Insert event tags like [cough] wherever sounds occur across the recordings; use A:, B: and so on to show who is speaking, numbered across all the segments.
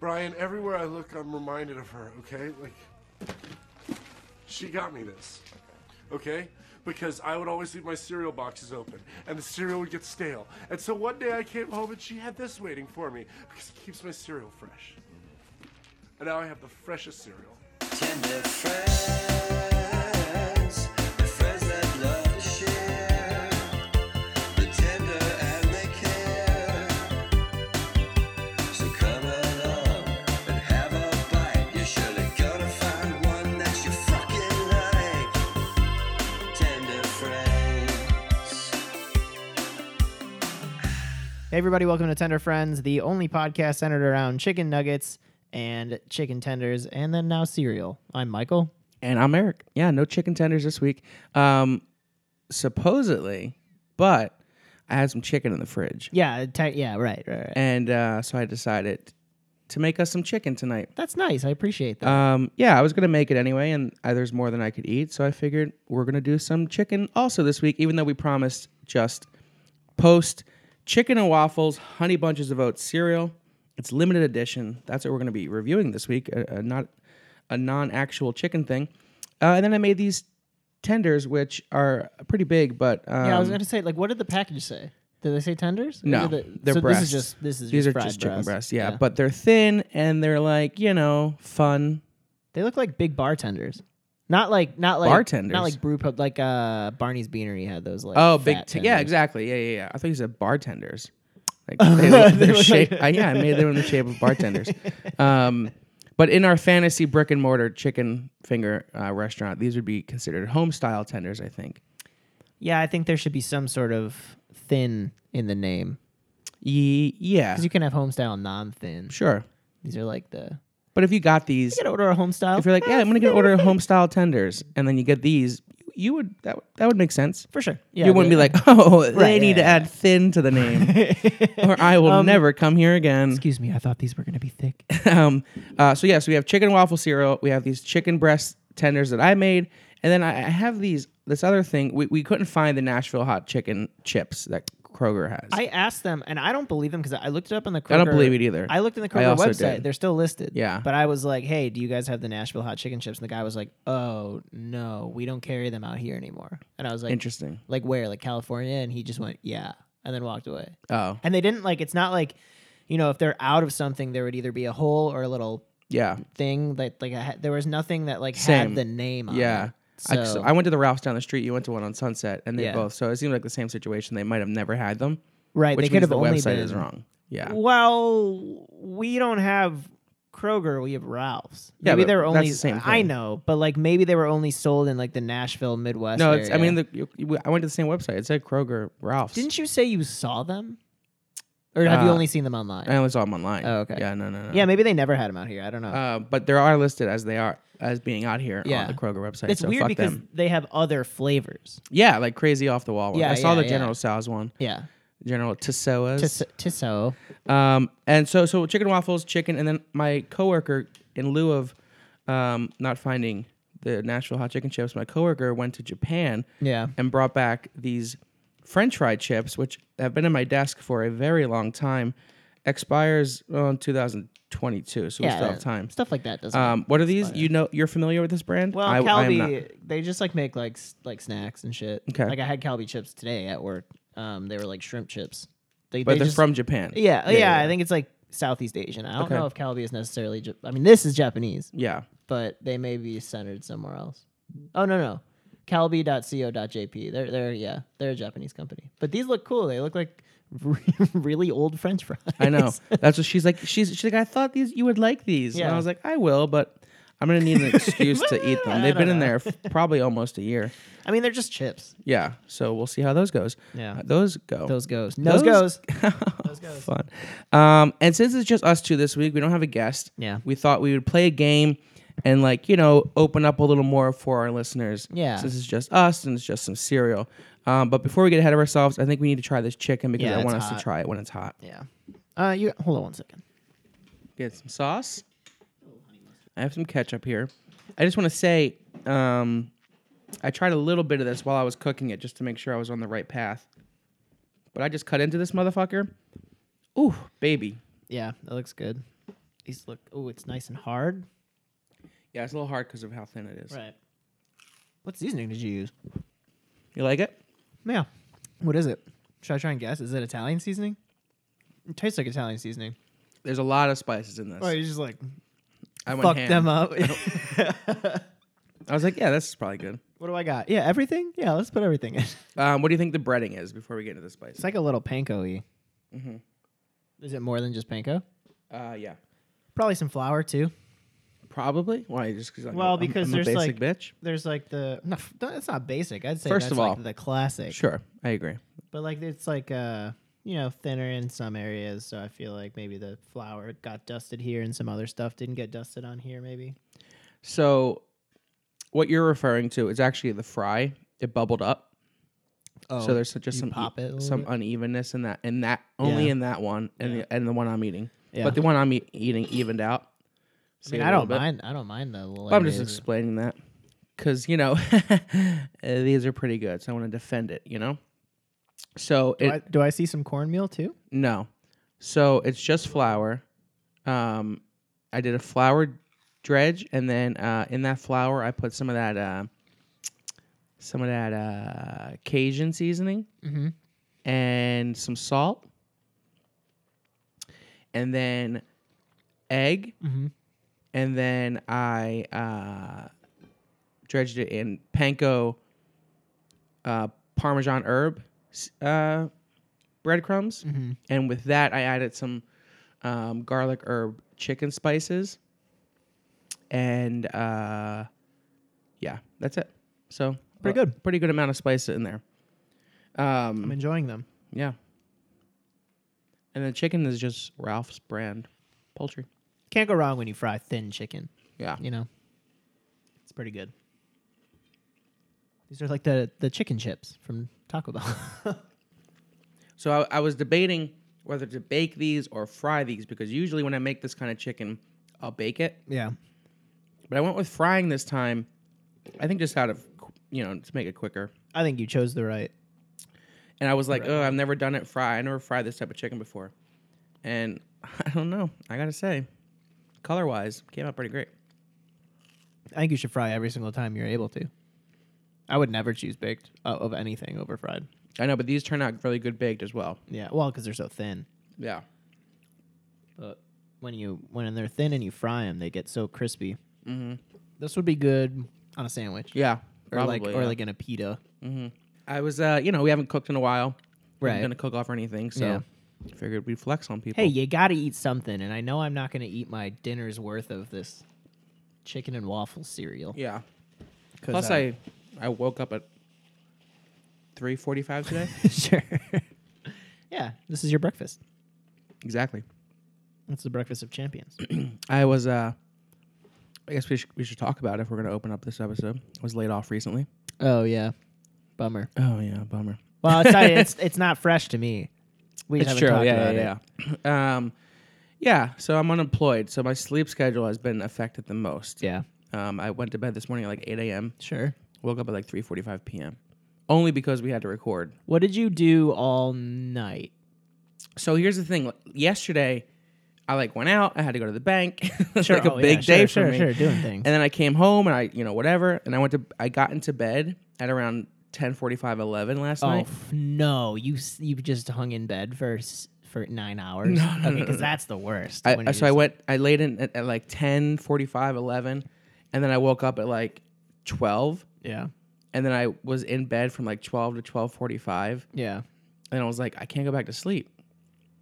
A: Brian, everywhere I look, I'm reminded of her, okay? Like, she got me this, okay? Because I would always leave my cereal boxes open, and the cereal would get stale. And so one day I came home and she had this waiting for me because it keeps my cereal fresh. And now I have the freshest cereal.
B: Tender friends, the friends that love to share, the tender and they care. So come along and have a bite. You're surely gonna find one that you fucking like. Tender friends.
C: Hey, everybody, welcome to Tender Friends, the only podcast centered around chicken nuggets and chicken tenders, and then now cereal. I'm Michael.
D: And I'm Eric. Yeah, no chicken tenders this week. Um, supposedly, but I had some chicken in the fridge,
C: Yeah, te- yeah, right, right, right.
D: and uh, so I decided to make us some chicken tonight.
C: That's nice. I appreciate that.
D: Um, yeah, I was gonna make it anyway, and uh, there's more than I could eat, so I figured we're gonna do some chicken also this week, even though we promised just post chicken and waffles, honey bunches of oats cereal. It's limited edition. That's what we're gonna be reviewing this week. A, a not a non-actual chicken thing. Uh, and then I made these tenders, which are pretty big, but um,
C: yeah, I was gonna say, like, what did the package say? Did they say tenders? Or
D: no,
C: did they-
D: they're
C: so
D: breasts.
C: This is just this is
D: these
C: just
D: are
C: fried
D: just chicken
C: breast.
D: breasts. Yeah, but they're thin and they're like you know fun.
C: they look like big bartenders. Not like not like
D: Bartenders?
C: Not like brew pub. Like uh, Barney's Beanery had those. Like
D: Oh, big.
C: fat
D: T- yeah,
C: tenders.
D: exactly. Yeah, yeah, yeah. I thought you said bartenders.
C: [laughs]
D: Like they look,
C: They
D: they're
C: look
D: shape-
C: like-
D: I, yeah, I made them in the shape of
C: [laughs]
D: bartenders. Um, but in our fantasy brick and mortar chicken finger uh, restaurant, these would be considered home style tenders. I think.
C: Yeah, I think there should be some sort of thin in the name
D: Ye- yeah,
C: because you can have homestyle non-thin.
D: sure.
C: These are like the
D: But if you got these,
C: you gotta order a home style. Eh,
D: if you're like, "Eh, yeah, I'm gonna get order home style tenders, and then you get these, you would that would- that would make sense.
C: for sure. Yeah,
D: you wouldn't be like, oh, they
C: Right, yeah, Um,
D: need to add thin to the
C: [laughs]
D: name, or I will never come here again.
C: excuse me, I thought these were gonna be
D: [laughs]
C: thick.
D: um, uh, so yeah, so we have chicken waffle cereal. We have these chicken breast tenders that I made, and then I, I have these this other thing. We, we couldn't find the Nashville hot chicken chips that Kroger has.
C: I asked them, and I don't believe them because I looked it up on the. Kroger,
D: I don't believe it either.
C: I looked in the
D: I
C: Kroger
D: also
C: website;
D: did.
C: they're still listed.
D: Yeah.
C: but I was like, "Hey, do you guys have the Nashville hot chicken chips?" And the guy was like, "Oh no, we don't carry them out here anymore." And I was like,
D: Interesting.
C: like where? Like California?" And he just went, "Yeah," and then walked away.
D: Oh
C: And they didn't like. It's not like, you know, if they're out of something, there would either be a hole or a little
D: yeah,
C: thing that like I ha- there was nothing that like
D: Same.
C: had the name on
D: yeah.
C: it.
D: I, so
C: So
D: I went to the Ralph's down the street. You went to one on Sunset, and they
C: Yeah.
D: both. So it seemed like the same situation. They might have never had them,
C: right,
D: which
C: they could
D: means
C: have
D: the
C: only
D: website
C: been
D: is wrong. Yeah,
C: Well, we don't have Kroger. We have Ralph's.
D: Yeah,
C: Maybe
D: but
C: they were
D: that's
C: only.
D: the same
C: I
D: thing.
C: know, but like maybe they were only sold in like the Nashville Midwest.
D: no, it's. I
C: area.
D: mean, the, you, you- I went to the same website. It said Kroger, Ralph's.
C: didn't you say you saw them, or have you
D: Uh,
C: only seen them online?
D: I only saw them online.
C: Oh, okay.
D: Yeah, no, no, no.
C: yeah, maybe they never had them out here. I don't know.
D: Uh, but they are listed as they are as being out here
C: Yeah.
D: on the Kroger website.
C: it's
D: so
C: weird
D: fuck
C: because
D: them.
C: they have other flavors.
D: yeah, like crazy off the wall. Ones.
C: Yeah,
D: I saw
C: yeah,
D: the
C: yeah.
D: General Sal's one,
C: Yeah,
D: General
C: Tis-
D: Tissoas.
C: Tissot.
D: um, and so so chicken waffles, chicken, and then my coworker, in lieu of um, not finding the Nashville hot chicken chips, my coworker went to Japan
C: Yeah.
D: and brought back these French fry chips, which have been in my desk for a very long time. Expires uh, in 2022, so we
C: yeah,
D: still
C: that-
D: have time.
C: Stuff like that doesn't.
D: Um, what are these? You know, you're familiar with this brand?
C: well,
D: I- I am not.
C: Calbee, they just like make like s- like snacks and shit.
D: Okay.
C: Like I had Calbee chips today at work. Um, they were like shrimp chips. They,
D: but
C: they
D: they're
C: just,
D: from Japan.
C: Yeah, yeah,
D: yeah.
C: I think it's like Southeast Asian. I don't
D: Okay.
C: know if Calbee is necessarily. Ja- I mean, this is Japanese,
D: Yeah.
C: [laughs] but they may be centered somewhere else. Oh no, no, Calbee.co.jp. They're they're yeah, they're a Japanese company. But these look cool. They look like [laughs] re- really old French fries.
D: I know.
C: [laughs]
D: That's what she's like. She's she's like, I thought these you would like these. And
C: Yeah.
D: I was like, I will, but I'm
C: [laughs]
D: gonna need an excuse to eat them.
C: I
D: They've been
C: don't
D: in
C: know.
D: there f- probably almost a year.
C: I mean, they're just chips.
D: Yeah. So we'll see how those goes.
C: Yeah.
D: Uh, those go.
C: Those goes. Those,
D: Those-
C: goes. [laughs]
D: fun. Um, and since it's just us two this week, we don't have a guest.
C: Yeah.
D: We thought we would play a game and like, you know, open up a little more for our listeners.
C: Yeah.
D: Since it's just us and it's just some cereal. Um, but before we get ahead of ourselves, I think we need to try this chicken because
C: Yeah,
D: I
C: it's
D: want us
C: hot.
D: to try it when it's hot.
C: Yeah. Uh, you hold on one second.
D: Get some sauce. I have some ketchup here. I just want to say, um, I tried a little bit of this while I was cooking it just to make sure I was on the right path. But I just cut into this motherfucker. Ooh, baby.
C: Yeah, that looks good. These look. Oh, it's nice and hard.
D: Yeah, it's a little hard because of how thin it is.
C: Right. What seasoning did you use?
D: You like it?
C: Yeah. What is it? Should I try and guess? Is it Italian seasoning? It tastes like Italian seasoning.
D: There's a lot of spices in this.
C: Oh, you just like
D: I went
C: fuck
D: ham.
C: them [laughs] up.
D: I was like, yeah, this is probably good.
C: what do I got? Yeah, everything. Yeah, let's put everything in. [laughs] It's
D: Um, what do you think the breading is before we get into the spices?
C: like a little panko y.
D: Mm-hmm.
C: Is it more than just panko?
D: uh, yeah,
C: Probably some flour too.
D: probably. Why? Just because?
C: Well,
D: I'm,
C: because
D: I'm
C: there's
D: a
C: like
D: basic bitch.
C: There's like the no, f- no, it's not basic. I'd say
D: First
C: that's
D: of all-
C: like the classic.
D: Sure, I agree.
C: But like it's like uh you know thinner in some areas, so I feel like maybe the flour got dusted here and some other stuff didn't get dusted on here. Maybe
D: So, what you're referring to is actually the fry. It bubbled up.
C: oh,
D: so there's just
C: you
D: some e-
C: pop it a little
D: some
C: bit?
D: unevenness in that in that only
C: Yeah.
D: in that one and the, and the one I'm eating.
C: Yeah.
D: But the one I'm e- eating evened out.
C: I,
D: See
C: mean,
D: a
C: I
D: little
C: don't
D: bit.
C: mind. I don't mind the little.
D: But I'm just
C: areas.
D: explaining that because you know [laughs] uh, these are pretty good, so I want to defend it. You know, so
C: do,
D: it
C: I, do I see some cornmeal too?
D: no, so it's just flour. Um, I did a flour dredge, and then uh, in that flour I put some of that uh, some of that uh, Cajun seasoning
C: Mm-hmm.
D: and some salt, and then egg,
C: Mhm.
D: and then I uh, dredged it in panko uh, parmesan herb s- uh, breadcrumbs,
C: Mm-hmm.
D: and with that I added some um, garlic herb chicken spices, and uh, yeah, that's it. So
C: Pretty
D: uh,
C: good.
D: pretty good amount of spice in there. Um,
C: I'm enjoying them.
D: yeah. And the chicken is just Ralph's brand poultry.
C: Can't go wrong when you fry thin chicken.
D: Yeah.
C: You know, it's pretty good. These are like the the chicken chips from Taco Bell. [laughs]
D: So I, I was debating whether to bake these or fry these because usually when I make this kind of chicken, I'll bake it.
C: yeah.
D: But I went with frying this time. I think just out of, qu- you know, to make it quicker.
C: I think you chose the right.
D: And I was like, oh, I've never done it fry. I never fried this type of chicken before. And [laughs] I don't know. I got to say, color wise, came out pretty great.
C: I think you should fry every single time you're able to. I would never choose baked uh, of anything over fried.
D: I know, but these turned out really good baked as well.
C: Yeah, well, because they're so thin.
D: Yeah.
C: But when you when they're thin and you fry them, they get so crispy. Mm-hmm. This would be good on a sandwich.
D: Yeah.
C: or like
D: probably,
C: or
D: yeah.
C: like in a pita.
D: I was, uh, you know, we haven't cooked in a while. We
C: Right.
D: haven't done a cook off or anything, so
C: Yeah.
D: figured we'd flex on people.
C: Hey, you got to eat something, and I know I'm not going to eat my dinner's worth of this chicken and waffle cereal.
D: Yeah.
C: 'cause
D: Plus,
C: I-
D: I I woke up at three forty five
C: [laughs]
D: today.
C: sure. yeah, this is your breakfast.
D: exactly.
C: It's the breakfast of champions.
D: I was. uh I guess we should we should talk about it if we're gonna open up this episode. I was laid off recently.
C: [coughs] oh yeah, bummer.
D: Oh yeah, bummer.
C: Well, it's not, it's, it's not fresh to me. We just
D: It's
C: haven't
D: true.
C: talked
D: Yeah,
C: about
D: yeah,
C: it.
D: yeah. [clears throat] um, yeah. So I'm unemployed. So my sleep schedule has been affected the most.
C: Yeah,
D: Um, I went to bed this morning at like eight a.m.
C: sure.
D: Woke up at like three forty five p.m. Only because we had to record
C: What did you do all night?
D: So here's the thing. Yesterday, I like went out. I had to go to the bank. [laughs] it was like a
C: oh, yeah,
D: big
C: sure,
D: day
C: sure,
D: for me.
C: sure, doing things.
D: And then I came home and I, you know, whatever. And I went to. I got into bed at around 10:45, 11 last
C: Oh
D: night.
C: f- no, you s- you just hung in bed for s- for nine hours. okay, because that's the worst. when
D: I,
C: you're
D: so I
C: just-
D: went. I laid in at, at like 10:45, 11, and then I woke up at like 12,
C: yeah,
D: and then I was in bed from like 12 to 12:45,
C: yeah.
D: and I was like, I can't go back to sleep.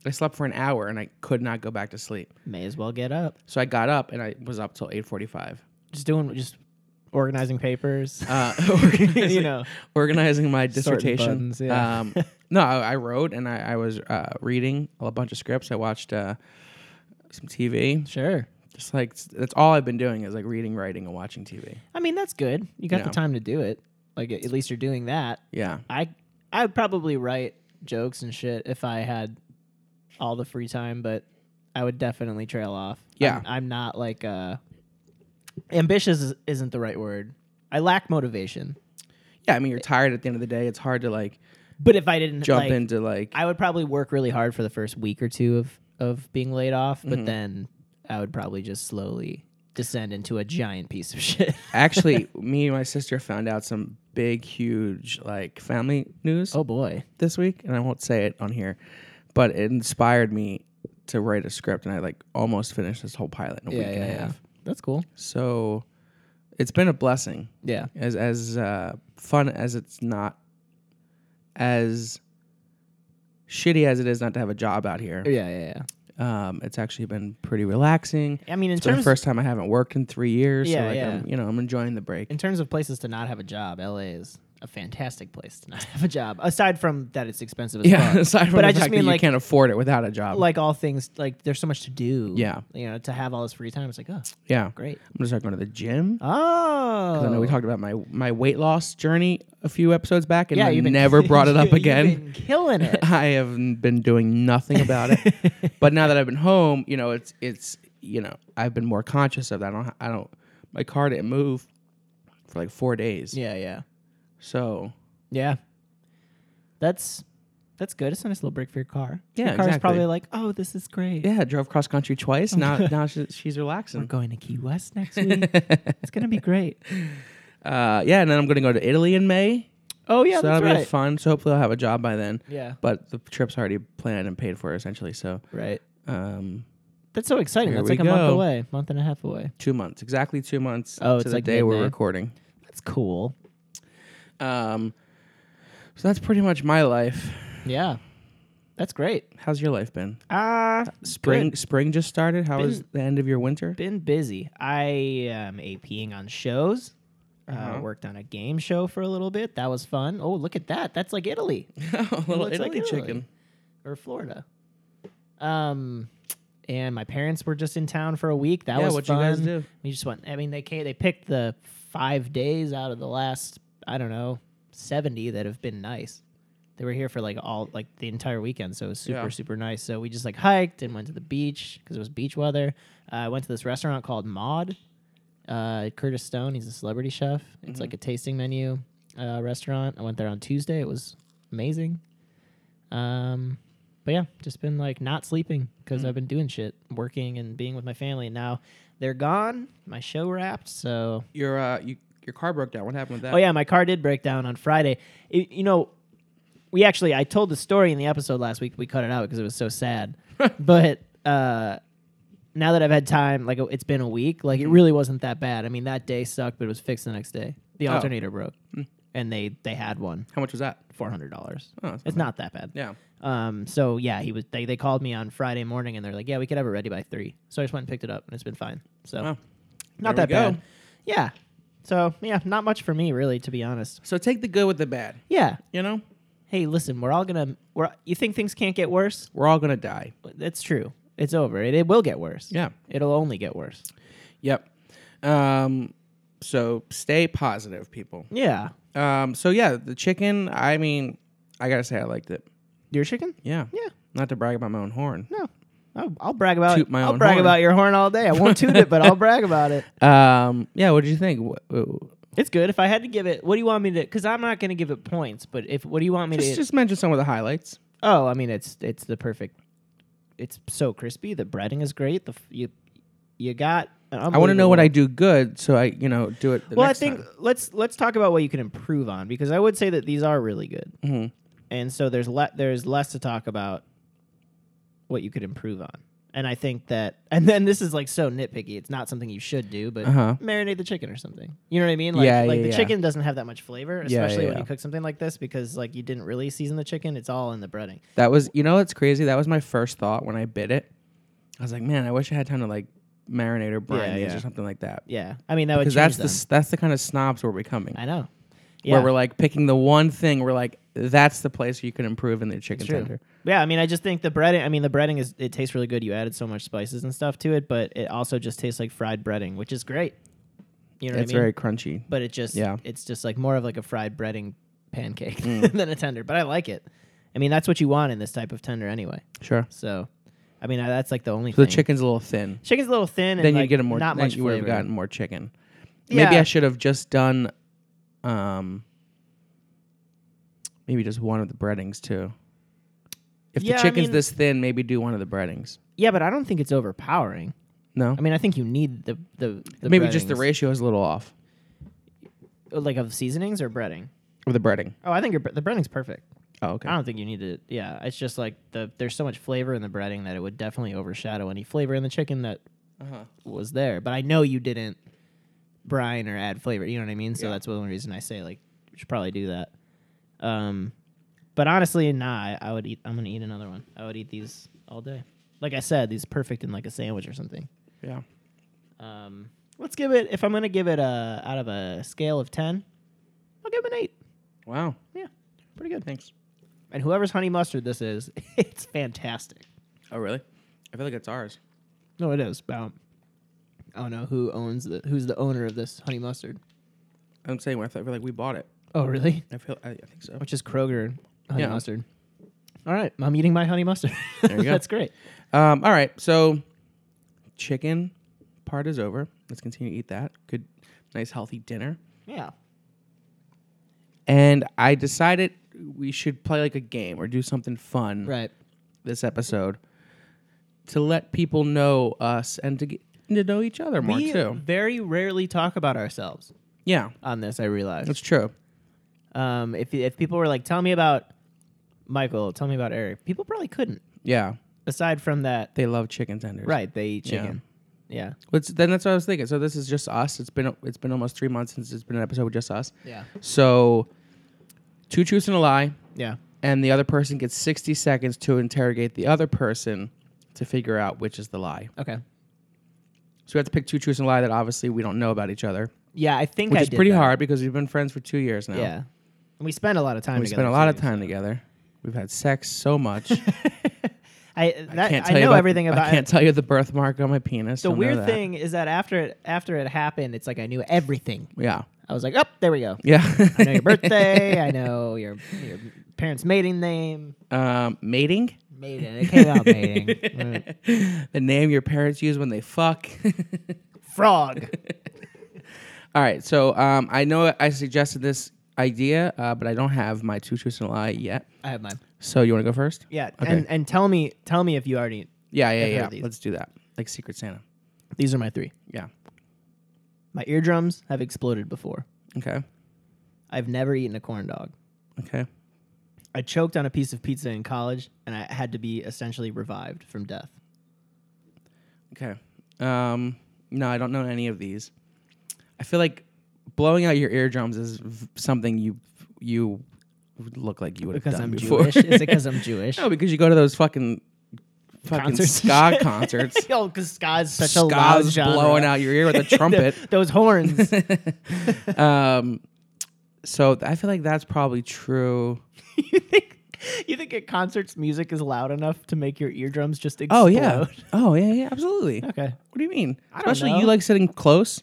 D: I slept for an hour and I could not go back to sleep.
C: May as well get up.
D: So I got up and I was up till 8:45.
C: Just doing, just organizing papers.
D: Uh,
C: [laughs] you know,
D: [laughs] organizing my
C: Sorting
D: dissertation.
C: buttons, yeah.
D: um, no, I, I wrote and I, I was uh, reading a bunch of scripts. I watched uh, some TV.
C: sure.
D: Just like that's all I've been doing is like reading, writing, and watching TV.
C: I mean, that's good. You got
D: Yeah.
C: the time to do it. Like at at least you're doing that.
D: Yeah,
C: I I would probably write jokes and shit if I had all the free time, but I would definitely trail off.
D: Yeah.
C: I'm, I'm not like uh ambitious is- isn't the right word. I lack motivation.
D: yeah. I mean, you're tired at the end of the day. It's hard to like
C: But if I didn't
D: jump
C: like,
D: into like. Mm-hmm.
C: I would probably work really hard for the first week or two of of being laid off, but then I would probably just slowly descend into a giant piece of [laughs] shit.
D: Actually, [laughs] me and my sister found out some big, huge, like family news
C: oh boy.
D: this week, and I won't say it on here, but it inspired me to write a script, and I like almost finished this whole pilot in a week and a half.
C: That's cool.
D: So it's been a blessing.
C: Yeah.
D: As as uh, fun as it's not, as shitty as it is not to have a job out here.
C: Yeah, yeah, yeah.
D: Um, it's actually been pretty relaxing.
C: I mean, in
D: It's been the
C: terms-
D: first time I haven't worked in three years. so
C: Yeah,
D: like
C: yeah.
D: I'm, you know, I'm enjoying the break.
C: In terms of places to not have a job, LA is a fantastic place to not [laughs] have a job. Aside from that it's expensive as
D: [laughs] Yeah, [laughs]
C: fuck.
D: aside from
C: but
D: the
C: I just
D: fact
C: mean
D: that
C: like
D: you can't afford it without a job.
C: like all things like there's so much to do.
D: Yeah.
C: You know, to have all this free time, it's like, oh
D: yeah,
C: great.
D: I'm gonna start going to the gym.
C: Oh
D: I know we talked about my my weight loss journey a few episodes back, and
C: yeah,
D: I
C: you've been- [laughs]
D: never brought it up
C: you've
D: again.
C: been killing it.
D: [laughs] I have been doing nothing about
C: [laughs]
D: it. but now that I've been home, you know, it's it's you know, I've been more conscious of that. I don't I don't my car didn't move for like 4 days.
C: yeah, yeah.
D: So,
C: Yeah. That's that's good. It's a nice little break for your car.
D: Yeah,
C: your car's
D: exactly.
C: probably like, oh, this is great.
D: yeah, I drove cross country
C: Oh
D: twice. Now now she's, she's
C: We're
D: relaxing.
C: going to Key West next week.
D: [laughs]
C: it's gonna be great.
D: Uh yeah, and then I'm going to go to Italy in May.
C: Oh yeah,
D: so
C: that's
D: that'll
C: right.
D: be fun. So hopefully I'll have a job by then.
C: Yeah.
D: But the trip's already planned and paid for essentially. So,
C: Right.
D: um
C: That's so exciting.
D: Here
C: that's
D: we
C: like a month
D: go.
C: away, month and a half away.
D: 2 months. Exactly 2 months
C: Oh,
D: to
C: it's
D: the
C: like
D: day we're
C: mid-May.
D: recording.
C: That's cool.
D: Um so that's pretty much my life.
C: Yeah. That's great.
D: How's your life been?
C: Ah,
D: Spring spring just started. How was
C: Been-
D: the end of your [laughs] winter?
C: been busy. I um, am APing on shows. Uh, Worked on a game show for a little bit. That was fun. Oh, look at that. That's like Italy
D: [laughs] a little
C: looks like
D: Italy
C: Italy.
D: chicken.
C: or Florida. Um, and my parents were just in town for a week. That
D: Yeah,
C: was
D: what'd you
C: fun.
D: guys do?
C: We just went. I mean, they came, they picked the five days out of the last I don't know seventy that have been nice. They were here for like all like the entire weekend, so it was super
D: Yeah.
C: super nice. So we just like hiked and went to the beach because it was beach weather. Uh, I went to this restaurant called Maud. Uh, Curtis Stone, he's a celebrity chef. It's like a tasting menu uh, restaurant. I went there on Tuesday. It was amazing. Um, but yeah, just been like not sleeping because I've been doing shit, working and being with my family. And now they're gone. My show wrapped. So,
D: Your uh, you, your car broke down. What happened with that?
C: oh yeah, my car did break down on Friday. It- you know, we actually I told the story in the episode last week. We cut it out because it was so
D: [laughs]
C: sad. but uh, now that I've had time, like it's been a week, like it
D: Mm-hmm.
C: really wasn't that bad. I mean, that day sucked, but it was fixed the next day. The
D: Oh.
C: alternator broke, and they they had one
D: How much was that?
C: four hundred dollars.
D: Oh, that's
C: it's not that bad.
D: Yeah.
C: Um, so yeah, he was. They, they called me on Friday morning, and they're like, "Yeah, we could have it ready by three. So I just went and picked it up, and it's been fine. So
D: Wow.
C: not
D: Oh, There
C: that
D: we go.
C: bad. Yeah. So yeah, not much for me really, to be honest.
D: So take the good with the bad.
C: Yeah.
D: You know,
C: Hey, listen, we're all gonna. We're you think things can't get worse?
D: we're all gonna die.
C: That's true. It's over. It, it will get worse.
D: Yeah.
C: It'll only get worse.
D: Yep. Um, so stay positive, people.
C: Yeah.
D: Um, so yeah, the chicken. I mean, I gotta say, I liked it.
C: Your chicken?
D: Yeah.
C: Yeah.
D: Not to brag about my own horn.
C: No. I'll, I'll brag about
D: Toot
C: it.
D: my
C: I'll
D: own
C: brag
D: horn.
C: about your horn all day. I won't toot it,
D: [laughs]
C: but I'll brag about it.
D: Um, yeah. What did you think? Wh- wh-
C: It's good. If I had to give it, what do you want me to? Because I'm not going to give it points. But if what do you want me
D: Just
C: to?
D: just mention some of the highlights.
C: oh, I mean, it's it's the perfect. It's so crispy. The breading is great. The f- you you got.
D: I want to know what I do good, so I you know do it. The
C: Well, I
D: next
C: think
D: time.
C: let's let's talk about what you can improve on because I would say that these are really good.
D: Mm-hmm.
C: And so there's le- there's less to talk about what you could improve on. And I think that, and then this is like so nitpicky. It's not something you should do, but
D: Uh-huh.
C: marinate the chicken or something. You know what I mean? Like,
D: Yeah,
C: like
D: yeah,
C: the
D: yeah.
C: chicken doesn't have that much flavor,
D: Yeah,
C: especially
D: yeah,
C: when
D: yeah.
C: you cook something like this, because like you didn't really season the chicken. It's all in the breading.
D: That was, you know, what's crazy. That was my first thought when I bit it. I was like, man, I wish I had time to like marinate or brine
C: Yeah,
D: these
C: yeah.
D: or something like that.
C: Yeah, I mean that would
D: Because
C: change
D: that's the
C: them.
D: s- that's the kind of snobs we're becoming.
C: I know. Yeah,
D: Where we're like picking the one thing we're like, that's the place you can improve in the chicken
C: True.
D: tender.
C: Yeah, I mean, I just think the breading. I mean, the breading is it tastes really good. You added so much spices and stuff to it, but it also just tastes like fried breading, which is great. You know
D: it's
C: what I mean?
D: very crunchy.
C: But it just
D: Yeah. Mm.
C: it's just like more of like a fried breading pancake [laughs] than a tender. But I like it. I mean, that's what you want in this type of tender anyway.
D: Sure.
C: So, I mean, I, that's like the only
D: So the
C: thing.
D: chicken's a little thin.
C: Chicken's a little thin. And
D: then
C: like,
D: you'd get a more.
C: not
D: then
C: much
D: you would have
C: flavor.
D: gotten more chicken. Maybe
C: Yeah.
D: I should have just done, um, maybe just one of the breadings too. If
C: Yeah, I
D: the chicken's
C: mean-
D: this thin, maybe do one of the breadings.
C: Yeah, but I don't think it's overpowering.
D: No,
C: I mean, I think you need the the, the
D: maybe just the
C: breadings.
D: ratio is a little off
C: like of seasonings or breading.
D: of the breading.
C: Oh, I think your, bre- the breading's perfect.
D: Oh, okay.
C: I don't think you need it. Yeah, it's just like the there's so much flavor in the breading that it would definitely overshadow any flavor in the chicken that was there. But I know you didn't brine or add flavor. You know what I mean? So that's the only reason I say like you should probably do that. Um, but honestly, nah. I, I would eat. I'm gonna eat another one. I would eat these all day. Like I said, these perfect in like a sandwich or something.
D: Yeah.
C: Um, let's give it. If I'm gonna give it a out of a scale of ten, I'll give it an eight.
D: Wow.
C: Yeah, pretty good.
D: Thanks.
C: And whoever's honey mustard this is, [laughs] it's fantastic.
D: Oh, really? I feel like it's ours.
C: No, it is. But I don't know who owns the who's the owner of this honey mustard.
D: I'm saying I feel like we bought it.
C: Oh, really?
D: I feel. I, I think so.
C: Which is Kroger honey
D: Yeah.
C: mustard. All right, I'm eating my honey mustard. [laughs]
D: you go.
C: That's great.
D: Um, all right, so chicken part is over. Let's continue to eat that. Good, nice, healthy dinner.
C: Yeah.
D: And I decided we should play like a game or do something fun
C: Right.
D: this episode to let people know us and to get to know each other more
C: We
D: too.
C: very rarely talk about ourselves
D: Yeah,
C: on this. I realize.
D: that's true.
C: Um, if if people were like, tell me about Michael, tell me about Eric, people probably couldn't.
D: Yeah,
C: Aside from that,
D: they love chicken tenders.
C: right? They eat
D: Yeah.
C: chicken. Yeah.
D: Let's, then that's what I was thinking. So this is just us. It's been it's been almost three months since it's been an episode with just us.
C: Yeah.
D: So two truths and a lie.
C: Yeah.
D: and the other person gets 60 seconds to interrogate the other person to figure out which is the lie.
C: Okay.
D: So we have to pick two truths and a lie that obviously we don't know about each other,
C: Yeah, I think
D: which
C: I
D: is
C: did
D: pretty
C: that.
D: hard because we've been friends for two years now.
C: Yeah. And we spend a lot of time.
D: we
C: together
D: spent a lot
C: too,
D: of time
C: so.
D: together. We've had sex so much.
C: [laughs] I
D: I
C: that, I,
D: can't tell you
C: know
D: about,
C: everything about.
D: I can't tell you the birthmark on my penis.
C: The
D: Don't know
C: weird
D: that.
C: thing is that after it after it happened, it's like I knew everything.
D: Yeah.
C: I was like, oh, there we go.
D: Yeah.
C: I
D: [laughs]
C: know your birthday. I know your your parents' maiden name.
D: um, mating?
C: Maiden. It came out mating.
D: [laughs]
C: Mm.
D: The name your parents use when they fuck. [laughs]
C: Frog.
D: All right. So um, I know I suggested this idea, uh, but I don't have my two truths and a lie yet.
C: I have mine.
D: So you want to go first?
C: Yeah,
D: Okay.
C: and and tell me tell me if you already.
D: Yeah, yeah,
C: I've heard
D: yeah.
C: of these.
D: Let's do that. Like Secret Santa.
C: These are my three.
D: Yeah.
C: My eardrums have exploded before.
D: Okay.
C: I've never eaten a corn dog.
D: Okay.
C: I choked on a piece of pizza in college, and I had to be essentially revived from death.
D: Okay. Um, no, I don't know any of these. I feel like blowing out your eardrums is v- something you you would look like you would
C: Because
D: have done
C: I'm
D: before.
C: Jewish. Is it because [laughs] I'm Jewish?
D: [laughs] no, because you go to those fucking fucking
C: Concerts and
D: ska
C: shit. [laughs]
D: concerts.
C: Yo, because ska's such a loud
D: Ska's
C: genre.
D: blowing out your
C: [laughs]
D: ear with a trumpet.
C: Those
D: [laughs]
C: horns. [laughs]
D: um, so th- I feel like that's probably true.
C: you think you think at concerts music is loud enough to make your eardrums just explode? [laughs]
D: Oh yeah. Oh yeah. Yeah. Absolutely.
C: Okay.
D: What do you mean?
C: don't
D: Especially
C: know.
D: you like sitting close.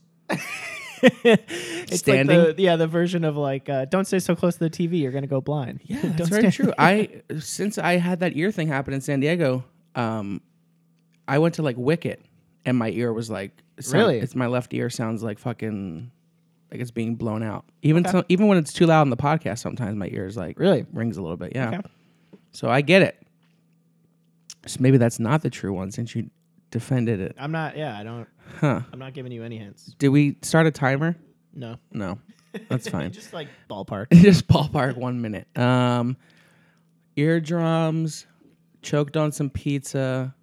C: It's
D: Standing.
C: Like the, yeah, the version of like, uh, don't stay so close to the TV, you're gonna go blind. [laughs]
D: Yeah,
C: Don't
D: that's very
C: stand-
D: true. I since I had that ear thing happen in San Diego, um, I went to like Wicket, and my ear was like sound-
C: Really?
D: It's my left ear sounds like fucking like it's being blown out. Even so, even when it's too loud on the podcast, sometimes my ears like
C: Really?
D: rings a little bit. Yeah,
C: Okay.
D: so I get it. So maybe that's not the true one since you defended it.
C: I'm not. Yeah, I don't.
D: Huh?
C: I'm not giving you any hints.
D: Did we start a timer?
C: No.
D: No, [laughs] that's
C: [laughs]
D: fine.
C: Just like ballpark.
D: [laughs] just ballpark one minute. Um, eardrums, choked on some pizza,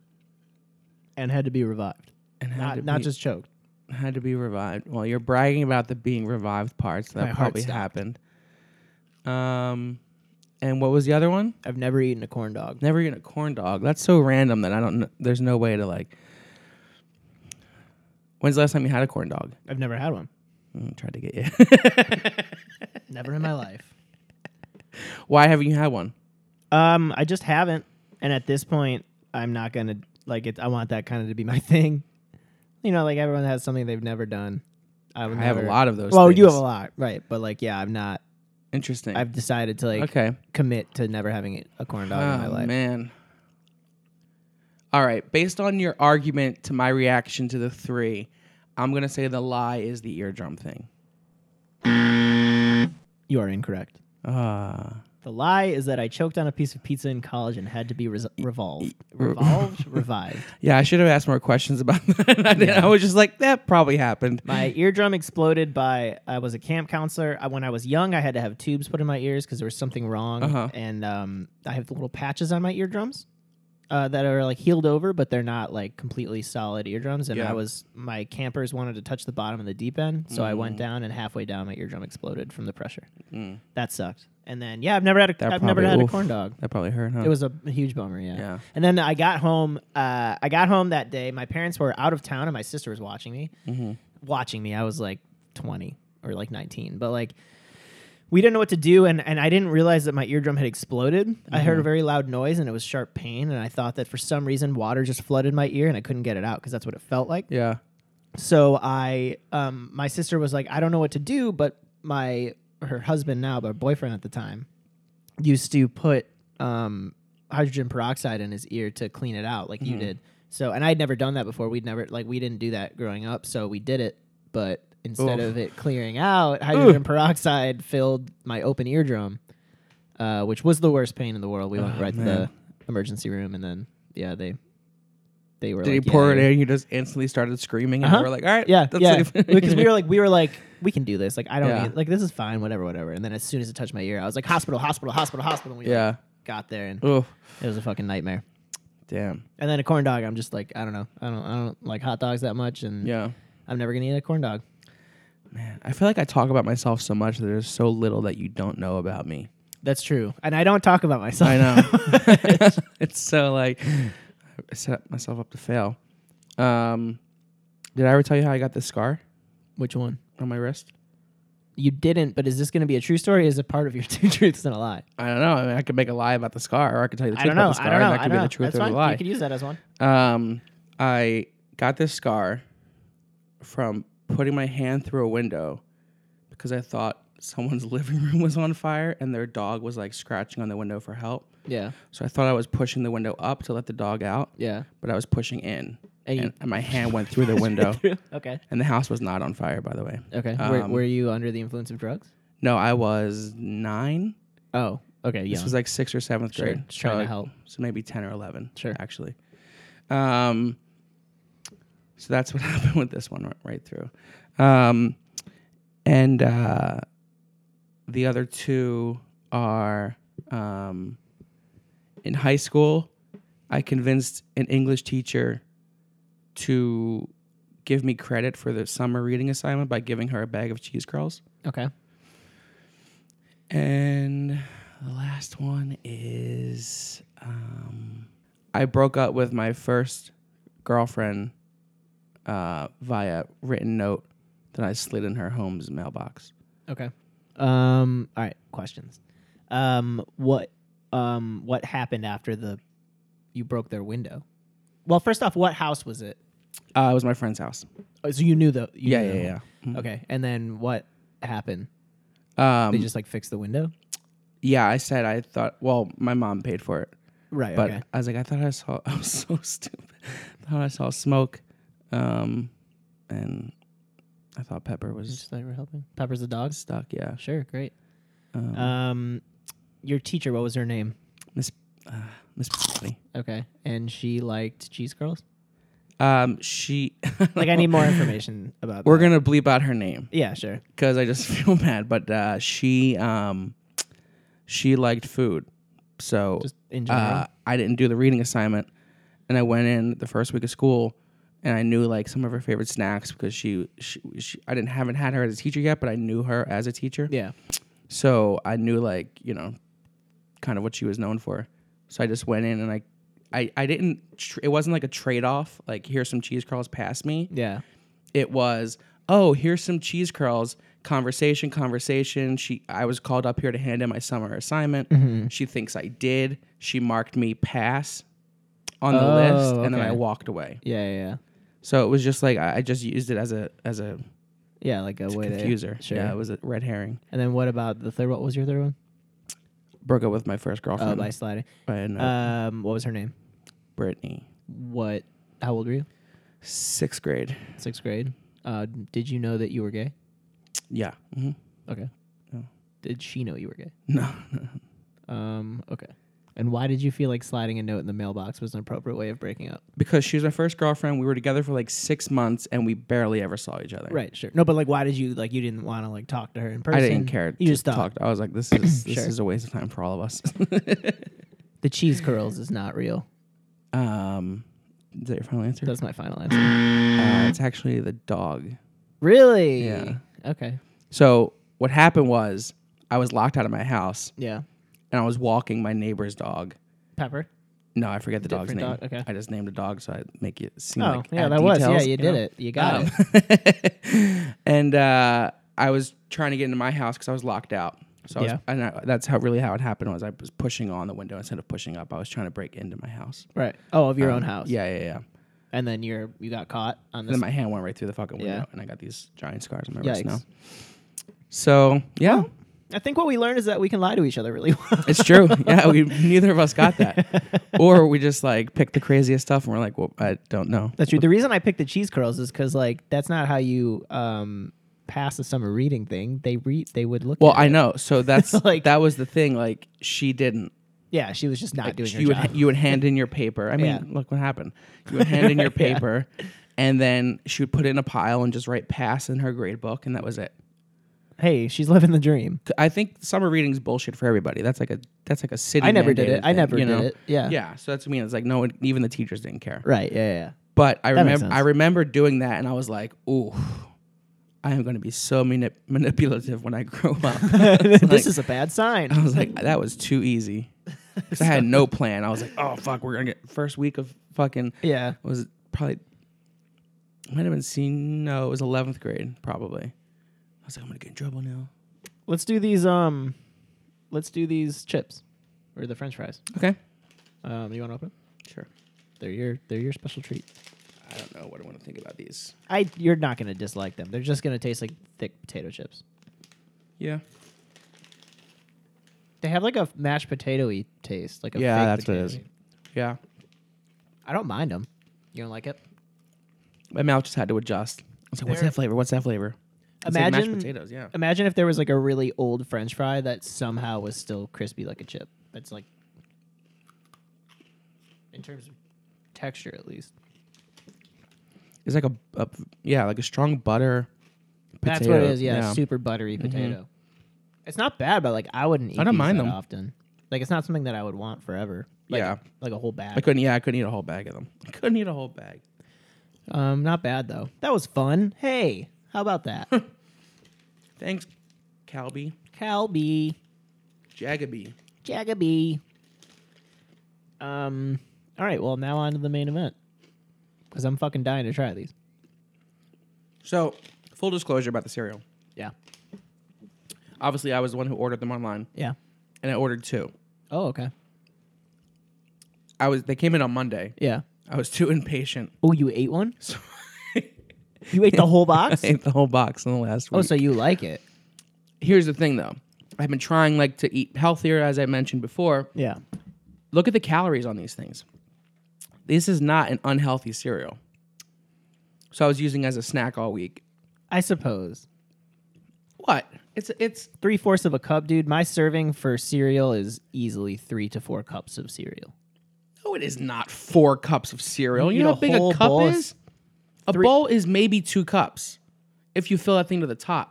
C: and had to be revived.
D: and had to
C: Not not
D: be,
C: just choked.
D: had to be revived. Well, you're bragging about the being revived parts
C: My
D: that
C: heart
D: probably
C: stopped.
D: happened. Um, and what was the other one?
C: I've never eaten a corn dog.
D: Never eating a corn dog. That's so random that I don't. Know, there's no way to like. When's the last time you had a corn dog?
C: I've never had one.
D: Mm, tried to get you. [laughs]
C: Never in my life.
D: Why haven't you had one?
C: Um, I just haven't, and at this point, I'm not gonna like it. I want that kind of to be my [laughs] thing. You know, like everyone has something they've never done. I, would
D: I have a
C: never-
D: lot of those.
C: Well, you
D: things.
C: have a lot, right? But like, yeah, I'm not.
D: Interesting.
C: I've decided to like
D: okay.
C: commit to never having it- a corn dog in my
D: Oh,
C: life.
D: man. All right. Based on your argument to my reaction to the three, I'm gonna say the lie is the eardrum thing.
C: You are incorrect.
D: Ah,
C: The lie is that I choked on a piece of pizza in college and had to be res- revolved.
D: [laughs]
C: Revolved? revived.
D: Yeah, I should have asked more questions about [laughs] that. I, didn't- I was just like, that probably happened. [laughs]
C: My eardrum exploded by I was a camp counselor. I, when I was young, I had to have tubes put in my ears because there was something wrong,
D: Uh-huh.
C: and um, I have little patches on my eardrums uh, that are like healed over, but they're not like completely solid eardrums. And
D: Yeah.
C: I was my campers wanted to touch the bottom of the deep end, so I
D: Mm.
C: went down, and halfway down, my eardrum exploded from the pressure. That sucked. And then yeah, I've never had a
D: That
C: have never
D: probably-
C: had a
D: oof.
C: corn dog.
D: That probably hurt, huh?
C: It was a huge bummer, yeah.
D: Uh-huh. Yeah.
C: And then I got home. Uh, I got home that day. My parents were out of town, and my sister was watching me. Watching me, I was like twenty or like nineteen, but like we didn't know what to do, and and I didn't realize that my eardrum had exploded. I heard a very loud noise, and it was sharp pain, and I thought that for some reason water just flooded my ear, and I couldn't get it out because that's what it felt like.
D: yeah.
C: So I, um, my sister was like, I don't know what to do, but my her husband now, but boyfriend at the time, used to put um, hydrogen peroxide in his ear to clean it out, like
D: Mm-hmm.
C: you did. So, and I'd never done that before. We'd never like we didn't do that growing up, so we did it, but instead
D: Oof.
C: of it clearing out, hydrogen peroxide filled my open eardrum, uh, which was the worst pain in the world. We went right to the
D: Oh, man.
C: emergency room, and then yeah, they they were
D: Did
C: like,
D: he pour
C: yeah,
D: it in? and You just instantly started screaming, and
C: Uh-huh.
D: we were like, "All [laughs] right,
C: yeah,
D: that's
C: yeah.
D: safe."
C: because we were like, we were like, we can do this. Like, I don't
D: Yeah.
C: need, like this is fine, whatever, whatever. And then as soon as it touched my ear, I was like, hospital, hospital, hospital, hospital. And we
D: [laughs] Yeah.
C: like, got there, and
D: oh,
C: it was a fucking nightmare.
D: damn.
C: And then a corn dog. I'm just like, I don't know, I don't, I don't like hot dogs that much, and
D: Yeah.
C: I'm never gonna eat a corn dog.
D: I feel like I talk about myself so much that there's so little that you don't know about me.
C: That's true. And I don't talk about myself.
D: [laughs] I know. [laughs] it's so like I set myself up to fail. Um, did I ever tell you how I got this scar
C: [laughs] Which one?
D: on my wrist?
C: You didn't. But is this gonna be a true story? Is it part of your [laughs] two truths and a lie?
D: I don't know. I mean, I could make a lie about the scar, or I could tell you the
C: I
D: truth
C: don't know.
D: about the scar,
C: I don't know.
D: and that
C: I
D: could
C: don't
D: be
C: know.
D: the truth
C: That's
D: or
C: fine.
D: the lie.
C: You could use that as one.
D: Um, I got this scar from putting my hand through a window because I thought someone's [laughs] living room was on fire and their dog was like scratching on the window for help.
C: Yeah.
D: So I thought I was pushing the window up to let the dog out,
C: Yeah.
D: but I was pushing in,
C: And
D: and,
C: you-
D: and my hand went through
C: [laughs]
D: the window.
C: Okay.
D: And the house was not on fire, by the way.
C: Okay. were,
D: Um,
C: were you under the influence of drugs?
D: No, I was nine.
C: Oh. Okay. Yeah.
D: This was like sixth or seventh
C: Sure,
D: grade.
C: just trying to
D: so,
C: help.
D: So maybe ten or eleven.
C: Sure.
D: Actually. Um. So that's what [laughs] happened with this one right- right through, um, and uh, the other two are um, in high school. I convinced an English teacher to give me credit for the summer reading assignment by giving her a bag of cheese curls.
C: okay.
D: And the last one is um, I broke up with my first girlfriend uh, via written note that I slid in her home's mailbox.
C: Okay. Um. All right. Questions. Um. What. Um. What happened after the, you broke their window? Well, first off, what house was it?
D: Uh, it was my friend's house.
C: Oh, so you knew the. You
D: Yeah,
C: knew the
D: yeah, Mm-hmm.
C: home. Okay. And then what happened?
D: yeah.
C: They
D: Um,
C: just like fixed the window.
D: yeah, I said I thought. Well, my mom paid for it,
C: Right.
D: but
C: okay.
D: I was like, I thought I saw. [laughs] I was so stupid. I thought I saw smoke, um, and I thought Pepper was
C: Just like we're helping. Pepper's the dog.
D: stuck. Yeah,
C: Sure. Great.
D: Um,
C: Um, your teacher. What was her name?
D: Miss uh, Miss. Patty.
C: Okay. And she liked cheese curls.
D: Um, she [laughs]
C: Like I need more information about.
D: We're
C: that.
D: gonna bleep out her name
C: Yeah. Sure.
D: because I just [laughs] feel bad. But uh, she um, she liked food, so
C: Just in general.
D: uh, I didn't do the reading assignment, and I went in the first week of school, and I knew like some of her favorite snacks because she she, she I didn't haven't had her as a teacher yet, but I knew her as a teacher,
C: yeah.
D: so I knew like you know, kind of what she was known for. So I just went in and I. I, I didn't tr- it wasn't like a trade-off like here's some cheese curls past me
C: Yeah.
D: it was oh here's some cheese curls conversation conversation she i was called up here to hand in my summer assignment
C: Mm-hmm.
D: she thinks i did she marked me pass on the
C: Oh,
D: list and then
C: okay.
D: i walked away
C: Yeah. Yeah. yeah.
D: so it was just like i I just used it as a as a
C: Yeah, like a way
D: confuser
C: to sure.
D: yeah it was a red herring
C: and then what about the third? What was your third one?
D: broke up with my first
C: Oh,
D: girlfriend
C: by sliding.
D: by a note.
C: Um, what was her name?
D: brittany
C: What? How old were you?
D: sixth grade
C: Sixth grade. Uh, did you know that you were gay?
D: yeah hmm
C: Okay. Did she know you were gay?
D: [laughs] no [laughs]
C: Um, okay. And why did you feel like sliding a note in the mailbox was an appropriate way of breaking up?
D: because she was my first girlfriend. We were together for like six months, and we barely ever saw each other.
C: Right, sure. No, but like, why did you like you didn't want to like talk to her in person?
D: I didn't care.
C: You just thought
D: talked. I was
C: [clears throat]
D: like, this is this
C: Sure.
D: is a waste of time for all of us. [laughs]
C: the cheese curls is not real.
D: um, is that your final answer?
C: That's my final
D: [laughs]
C: answer.
D: Uh, it's actually the dog.
C: really?
D: Yeah.
C: Okay.
D: So what happened was I was locked out of my house,
C: Yeah.
D: and I was walking my neighbor's dog.
C: Pepper.
D: No, I forget the dog's name.
C: Different dog, okay.
D: I just named a dog so I make it seem
C: Oh,
D: like
C: yeah,
D: add
C: that was. Yeah,
D: details,
C: you did
D: know?
C: it. You got
D: [laughs]
C: it.
D: and uh, I was trying to get into my house because I was locked out. So I was,
C: Yeah.
D: and I, that's how really how it happened was I was pushing on the window instead of pushing up. I was trying to break into my house.
C: Right. Oh, of your own house.
D: Um, Yeah, yeah, yeah.
C: And then you're you got caught on this.
D: Then my hand went right through the fucking window,
C: Yeah.
D: and I got these giant scars on my
C: Yikes.
D: wrist now. So yeah,
C: I think what we learned is that we can lie to each other really [laughs] well.
D: it's true. yeah, we neither of us got that, or we just like picked the craziest stuff, and we're like, well, I don't know.
C: that's true. The reason I picked the cheese curls is because like that's not how you um pass a summer reading thing. They read. They would look.
D: Well,
C: at
D: I
C: it.
D: know. So that's
C: [laughs] Like-
D: that was the thing. Like she didn't.
C: Yeah, she was just not doing her
D: you would
C: job.
D: you would hand in your paper. I mean,
C: Yeah.
D: look what happened. You would hand in
C: [laughs]
D: your paper, and then she would put it in a pile and just write pass in her grade book, and that was it.
C: [laughs] hey, she's living the dream.
D: C- I think summer reading's bullshit for everybody. That's like a that's like a city.
C: I never did
D: mandated
C: it. I
D: thing,
C: never
D: you know?
C: did it. Yeah.
D: Yeah. So that's what I mean. It's like no one, even the teachers didn't care.
C: Right. Yeah.
D: [laughs]
C: Yeah.
D: But I
C: makes
D: remember I
C: sense.
D: remember doing that, and I was like, ooh. I am going to be so manip- manipulative when I grow
C: [laughs]
D: up. [laughs]
C: yeah.
D: this
C: this is a bad sign.
D: [laughs] I was like, that was too
C: [laughs]
D: easy. 'Cause I had no plan. I was like, oh fuck, we're gonna get first week of fucking.
C: Yeah.
D: was it probably might have been seen. No, it was eleventh grade probably. I was like, I'm gonna get in trouble now.
C: Let's do these. Um, let's do these chips or the French fries.
D: Okay,
C: Um, you want to open? 'em?
D: sure.
C: They're your they're your special treat.
D: I don't know what I want to think about these.
C: I you're not gonna dislike them. They're just gonna taste like thick potato chips.
D: Yeah,
C: They have like a mashed potatoy taste, like a
D: Yeah,
C: fake
D: that's what it is.
C: potato-y.
D: yeah.
C: I don't mind them. You don't like it?
D: My mouth just had to adjust. I was like, what's
C: They're-
D: that flavor? What's that flavor? It's like
C: Imagine
D: mashed potatoes. Yeah,
C: Imagine if there was like a really old French fry that somehow was still crispy like a chip. That's like, in terms of texture, at least.
D: it's like a, a yeah, like a strong butter. Potato. Mm-hmm.
C: That's what it is. Yeah, super buttery potato. It's not bad, but like I wouldn't eat.
D: don't
C: these
D: mind
C: that
D: them.
C: often. Like it's not something that I would want forever. Like,
D: Yeah.
C: like a whole bag.
D: I couldn't. Yeah, I couldn't eat a whole bag of them. [laughs] I couldn't eat a whole bag.
C: um, not bad though. That was fun. Hey, how about
D: [laughs]
C: that,
D: Thanks, Calby.
C: Calby?
D: Jagabee.
C: Jagabee. Um. All right. Well, now on to the main event. Because I'm fucking dying to try these.
D: So, full disclosure about the cereal.
C: Yeah.
D: Obviously, I was the one who ordered them online,
C: Yeah.
D: and I ordered two.
C: Oh, okay.
D: I was they came in on Monday.
C: Yeah.
D: I was [laughs] too impatient.
C: Oh, you ate [laughs] one? you ate the whole [laughs] box?
D: I ate the whole box in the last week.
C: oh, so you like it?
D: here's the thing though. I've been trying like to eat healthier as I mentioned before.
C: Yeah.
D: Look at the calories on these things. This is not an unhealthy cereal. So I was using it as a snack all week.
C: I suppose.
D: What? It's it's
C: Three fourths of a cup, dude. My serving for cereal is easily three to four cups of cereal.
D: no, it is not four cups of cereal.
C: You
D: You, know
C: eat
D: how
C: a
D: big a
C: whole
D: cup
C: bowl of-
D: is? A bowl is maybe two cups if you fill that thing to the top.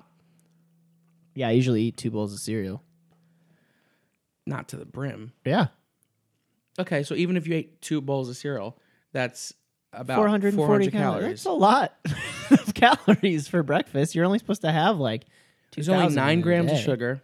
C: Yeah, I usually eat two bowls of cereal.
D: Not to the brim.
C: Yeah.
D: Okay, so even if you ate two bowls of cereal, that's about
C: 440
D: 400
C: calories.
D: calories.
C: That's a lot [laughs] of calories for breakfast. You're only supposed to have like
D: There's only
C: 2,000 in
D: nine
C: a
D: grams of
C: day.
D: sugar.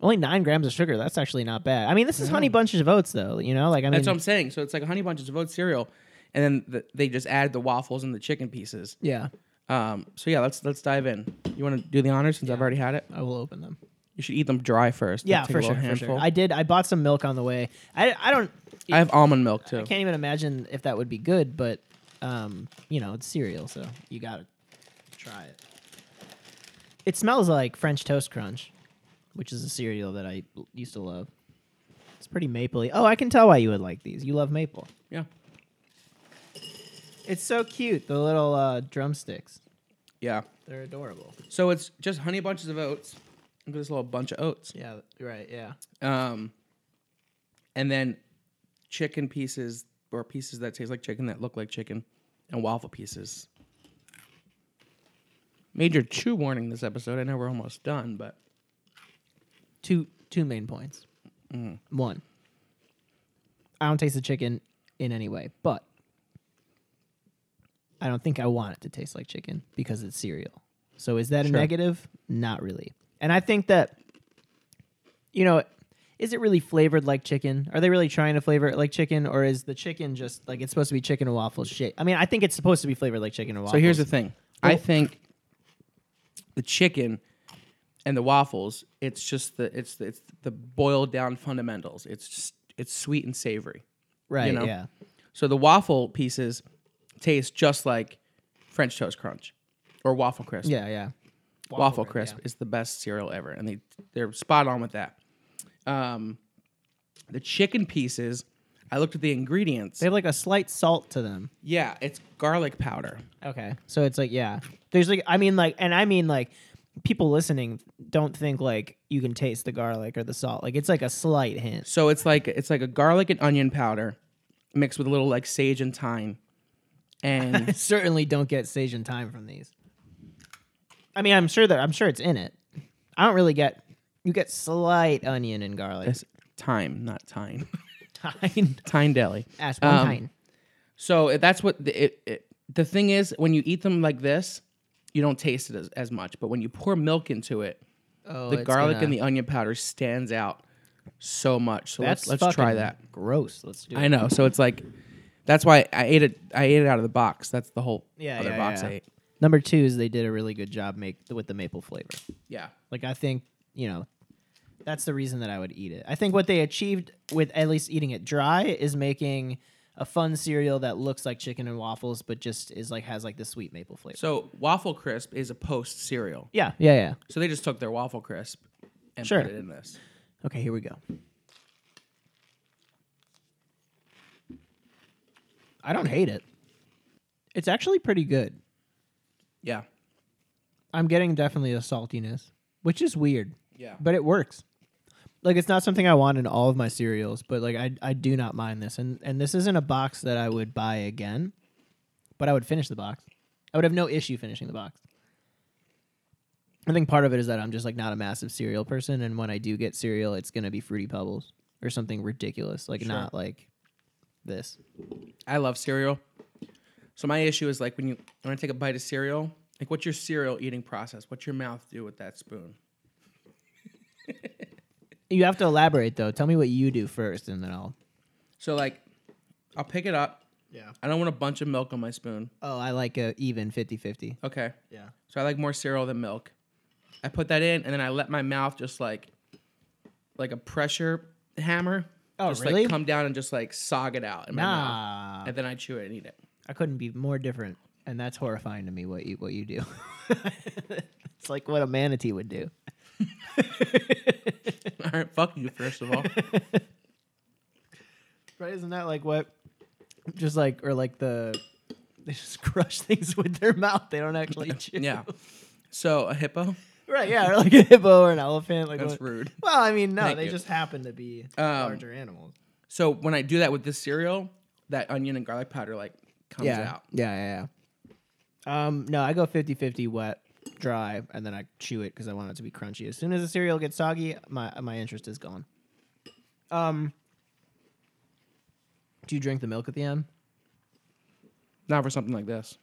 C: Only nine grams of sugar. That's actually not bad. I mean, this is honey bunches of oats, though. You know, like I mean,
D: That's what I'm saying. So it's like a honey bunches of oats cereal, and then the, they just add the waffles and the chicken pieces.
C: yeah,
D: Um, so yeah, let's let's dive in. You want to do the honors since I've already had it.
C: I will open them.
D: You should eat them dry first.
C: Yeah,
D: Take a
C: for
D: little
C: sure, for sure.
D: handful.
C: I did. I bought some milk on the way. I, I don't.
D: I have almond milk too.
C: I can't even imagine if that would be good, but um, you know, it's cereal, so you gotta try it. It smells like French toast crunch, which is a cereal that I l- used to love. It's pretty mapley. Oh, I can tell why you would like these. You love maple.
D: Yeah,
C: It's so cute. The little uh, drumsticks.
D: yeah.
C: They're adorable.
D: So it's just honey bunches of oats, Just a little bunch of oats.
C: Yeah, right. Yeah.
D: Um, and then chicken pieces or pieces that taste like chicken that look like chicken and waffle pieces. Major chew warning this episode. I know we're almost done, but
C: Two two main points.
D: Mm-hmm.
C: One, I don't taste the chicken in any way, but I don't think I want it to taste like chicken because it's cereal. So is that a negative? Not really. And I think that you know, is it really flavored like chicken? Are they really trying to flavor it like chicken, or is the chicken just like it's supposed to be chicken and waffles shape? I mean, I think it's supposed to be flavored like chicken and waffles.
D: So here's the thing. I
C: Well-
D: think the chicken and the waffles, it's just the it's the, it's the boiled down fundamentals. It's just, it's sweet and savory.
C: right?
D: know.
C: Yeah,
D: So the waffle pieces taste just like French toast crunch or waffle crisp.
C: yeah, yeah.
D: waffle, crisp is the best cereal ever and they they're spot on with that. Um the chicken pieces, I looked at the ingredients.
C: They have like a slight salt to them.
D: yeah, it's garlic powder.
C: Okay. So it's like, yeah. There's like, I mean, like, and I mean, like, people listening don't think like you can taste the garlic or the salt. Like, it's like a slight hint. [laughs]
D: So it's like it's like a garlic and onion powder mixed with a little like sage and thyme.
C: [laughs]
D: And
C: Certainly don't get sage and thyme from these. I mean, I'm sure that, I'm sure it's in it. I don't really get, you get slight onion and garlic. [laughs]
D: it's thyme, not thyme.
C: Thyme. [laughs]
D: Thyme deli.
C: Ash, one
D: Um,
C: thyme.
D: So it, that's what the, it, it, the thing is when you eat them like this, you don't taste it as, as much, but when you pour milk into it,
C: Oh,
D: the garlic and the onion powder stands out so much. So
C: That's
D: let's let's try
C: fucking
D: that.
C: Gross. Let's do it.
D: I know. So it's like that's why I ate it I ate it out of the box. That's the whole
C: Yeah,
D: other
C: yeah,
D: box
C: yeah.
D: I ate.
C: Number two is they did a really good job make with the maple flavor.
D: Yeah.
C: Like I think, you know, that's the reason that I would eat it. I think what they achieved with at least eating it dry is making a fun cereal that looks like chicken and waffles but just is like has like the sweet maple flavor.
D: So waffle crisp is a post cereal.
C: yeah, yeah, yeah.
D: So they just took their waffle crisp and
C: Sure.
D: put it in this.
C: Okay, here we go. I don't hate it. It's actually pretty good.
D: Yeah.
C: I'm getting definitely a saltiness, which is weird.
D: Yeah.
C: But it works. Like it's not something I want in all of my cereals, but like I I do not mind this. And and this isn't a box that I would buy again, but I would finish the box. I would have no issue finishing the box. I think part of it is that I'm just like not a massive cereal person and when I do get cereal, it's going to be fruity pebbles or something ridiculous, like not like this.
D: I love cereal. So my issue is like when you when I take a bite of cereal, like what's your cereal eating process? What's your mouth do with that spoon?
C: You have to elaborate though. Tell me what you do first and then I'll
D: So like I'll pick it up.
C: Yeah.
D: I don't want a bunch of milk on my spoon.
C: Oh, I like a even 50-50.
D: Okay.
C: Yeah.
D: So I like more cereal than milk. I put that in, and then I let my mouth just like, like a pressure hammer,
C: Oh,
D: just
C: really?
D: like come down and just like sog it out in my mouth,
C: Nah.
D: and then I chew it and eat it. [laughs]
C: I couldn't be more different, and that's horrifying to me. What you what you do? [laughs] it's like what a manatee would do.
D: All right, fuck you. First of all,
C: Right? Isn't that like what? Just like or like the they just [laughs] crush things with their mouth. They don't actually chew.
D: [laughs] yeah. So a hippo.
C: [laughs] Right. Yeah. Or like a hippo or an elephant. Like
D: That's
C: what-
D: rude.
C: Well, I mean, no,
D: Thank
C: they
D: you.
C: just happen to be
D: Um,
C: larger animals.
D: So when I do that with this cereal, that onion and garlic powder like comes out.
C: Yeah. Yeah. Yeah. Um. No, I go 50-50 wet, dry, and then I chew it because I want it to be crunchy. As soon as the cereal gets soggy, my my interest is gone. Um. Do you drink the milk at the end?
D: Not for something like this.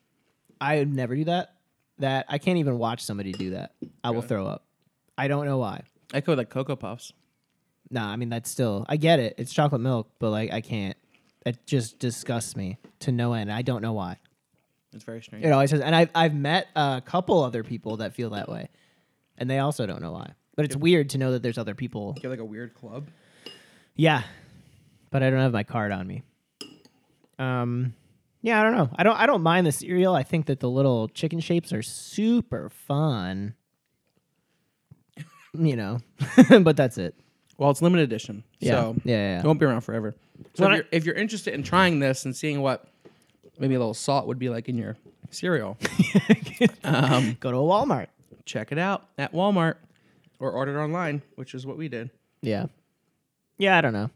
C: I would never do that. That I can't even watch somebody do that. I will throw up. I don't know why.
D: I go with like cocoa puffs.
C: Nah, I mean that's still I get it. It's chocolate milk, but like I can't. It just disgusts me to no end. I don't know why.
D: It's very strange.
C: It always has, and I've I've met a couple other people that feel that way, and they also don't know why. But it's weird to know that there's other people.
D: Get like a weird club.
C: Yeah, but I don't have my card on me. Um, yeah, I don't know. I don't I don't mind the cereal. I think that the little chicken shapes are super fun. You know, [laughs] but that's it.
D: Well, it's limited edition.
C: Yeah,
D: So
C: yeah, yeah, yeah.
D: It won't be around forever. So
C: When
D: if
C: I-
D: you're, if you're interested in trying this and seeing what maybe a little salt would be like in your cereal,
C: Go to a Walmart.
D: check it out at Walmart or ordered online, which is what we did.
C: Yeah. Yeah, I don't know.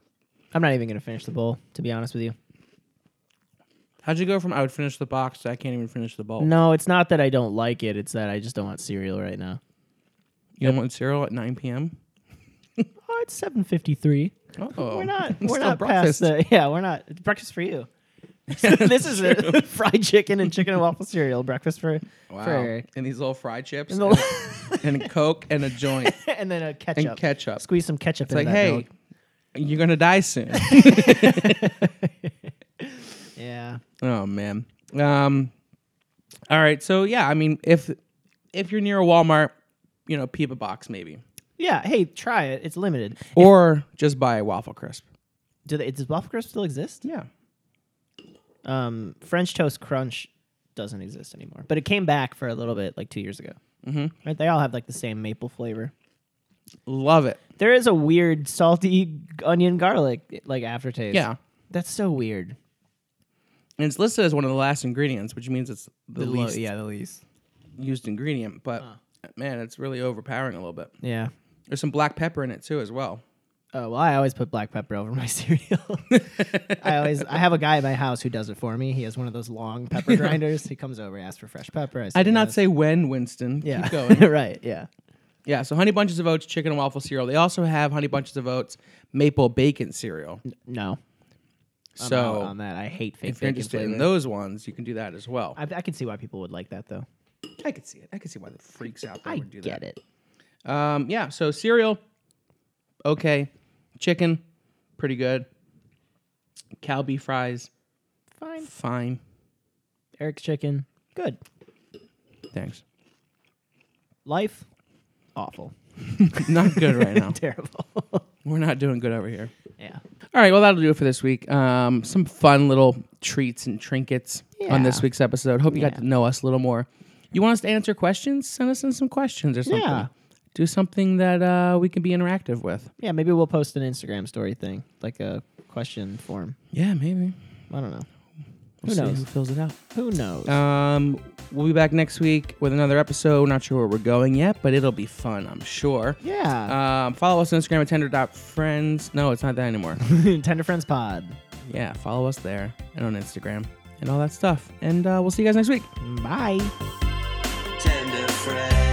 C: I'm not even gonna finish the bowl, to be honest with you.
D: How'd you go from I would finish the box to I can't even finish the bowl?
C: No, it's not that I don't like it, it's that I just don't want cereal right now.
D: You don't want cereal at 9 p.m.
C: Oh, it's seven fifty three.
D: Oh,
C: We're
D: [laughs]
C: not
D: It's
C: we're
D: still
C: not
D: breakfast.
C: past the [laughs] yeah, we're not it's breakfast for
D: [laughs]
C: you. [laughs] this is a [laughs] fried chicken and chicken and waffle cereal breakfast for, for [laughs] Eric.
D: And these little fried chips
C: And
D: and,
C: the- [laughs]
D: and Coke and a joint
C: and then a ketchup.
D: and ketchup.
C: Squeeze some ketchup
D: It's
C: in
D: like,
C: that
D: hey,
C: milk.
D: you're going to
C: [laughs]
D: die soon.
C: Yeah.
D: oh, man. Um, all right. So, yeah, I mean, if if you're near a Walmart, you know, peep a box maybe.
C: Yeah, hey, try it. It's limited.
D: Or just buy a waffle crisp.
C: Do they, does waffle crisp still exist?
D: Yeah.
C: Um, French toast crunch doesn't exist anymore, but it came back for a little bit, like two years ago. Mm-hmm. Right? They all have like the same maple flavor.
D: Love it.
C: There is a weird salty onion garlic like aftertaste.
D: Yeah.
C: that's so weird.
D: And it's listed as one of the last ingredients, which means it's the,
C: lo-
D: least
C: yeah, the least.
D: used ingredient. But man, it's really overpowering a little bit.
C: Yeah.
D: There's some black pepper in it too, as well.
C: Oh well, I always put black pepper over my [laughs]
D: [laughs]
C: cereal. I always I have a guy at my house who does it for me. He has one of those long [laughs] pepper grinders. He comes over, asks for fresh pepper.
D: I did not
C: "Yes."
D: say when, Winston.
C: Yeah. [laughs]
D: Keep [laughs] going.
C: right. Yeah.
D: yeah. So honey bunches of oats, chicken and waffle cereal. They also have honey bunches of oats, maple bacon cereal.
C: No. I'm out
D: so
C: on that, I hate fake
D: if
C: bacon
D: you're interested
C: flavor.
D: in those ones, you can do that as well. I,
C: I, I can see why people would like that though.
D: could see it. I could see why the freaks out there
C: I
D: would do
C: get it.
D: that. Um, yeah. So cereal, okay. Chicken, pretty good. Cow beef fries,
C: Fine.
D: fine.
C: Eric's chicken. Good.
D: Thanks. [laughs]
C: Life. Awful. [laughs]
D: Not good right [laughs] now.
C: Terrible. [laughs]
D: We're not doing good over here.
C: yeah.
D: All right, well, that'll do it for this week. Um, some fun little treats and trinkets on this
C: Yeah.
D: week's episode. Hope you got
C: Yeah.
D: to know us a little more. You want us to answer questions? Send us in some questions or something.
C: Yeah.
D: Do something that uh, we can be interactive with.
C: Yeah. Maybe we'll post an Instagram story thing, like a question form.
D: Yeah, maybe.
C: I don't know.
D: We'll
C: Who
D: see
C: knows?
D: who fills it out?
C: Who knows?
D: Um, we'll be back next week with another episode. We're not sure where we're going yet, but it'll be fun, I'm sure.
C: yeah.
D: Um, follow us on Instagram at tender.friends. No, it's not
C: [laughs]
D: that anymore.
C: [laughs] Tender Friends Pod.
D: yeah, follow us there and on Instagram and all that stuff. And uh, we'll see you guys next week.
C: Bye.
B: Tender friend.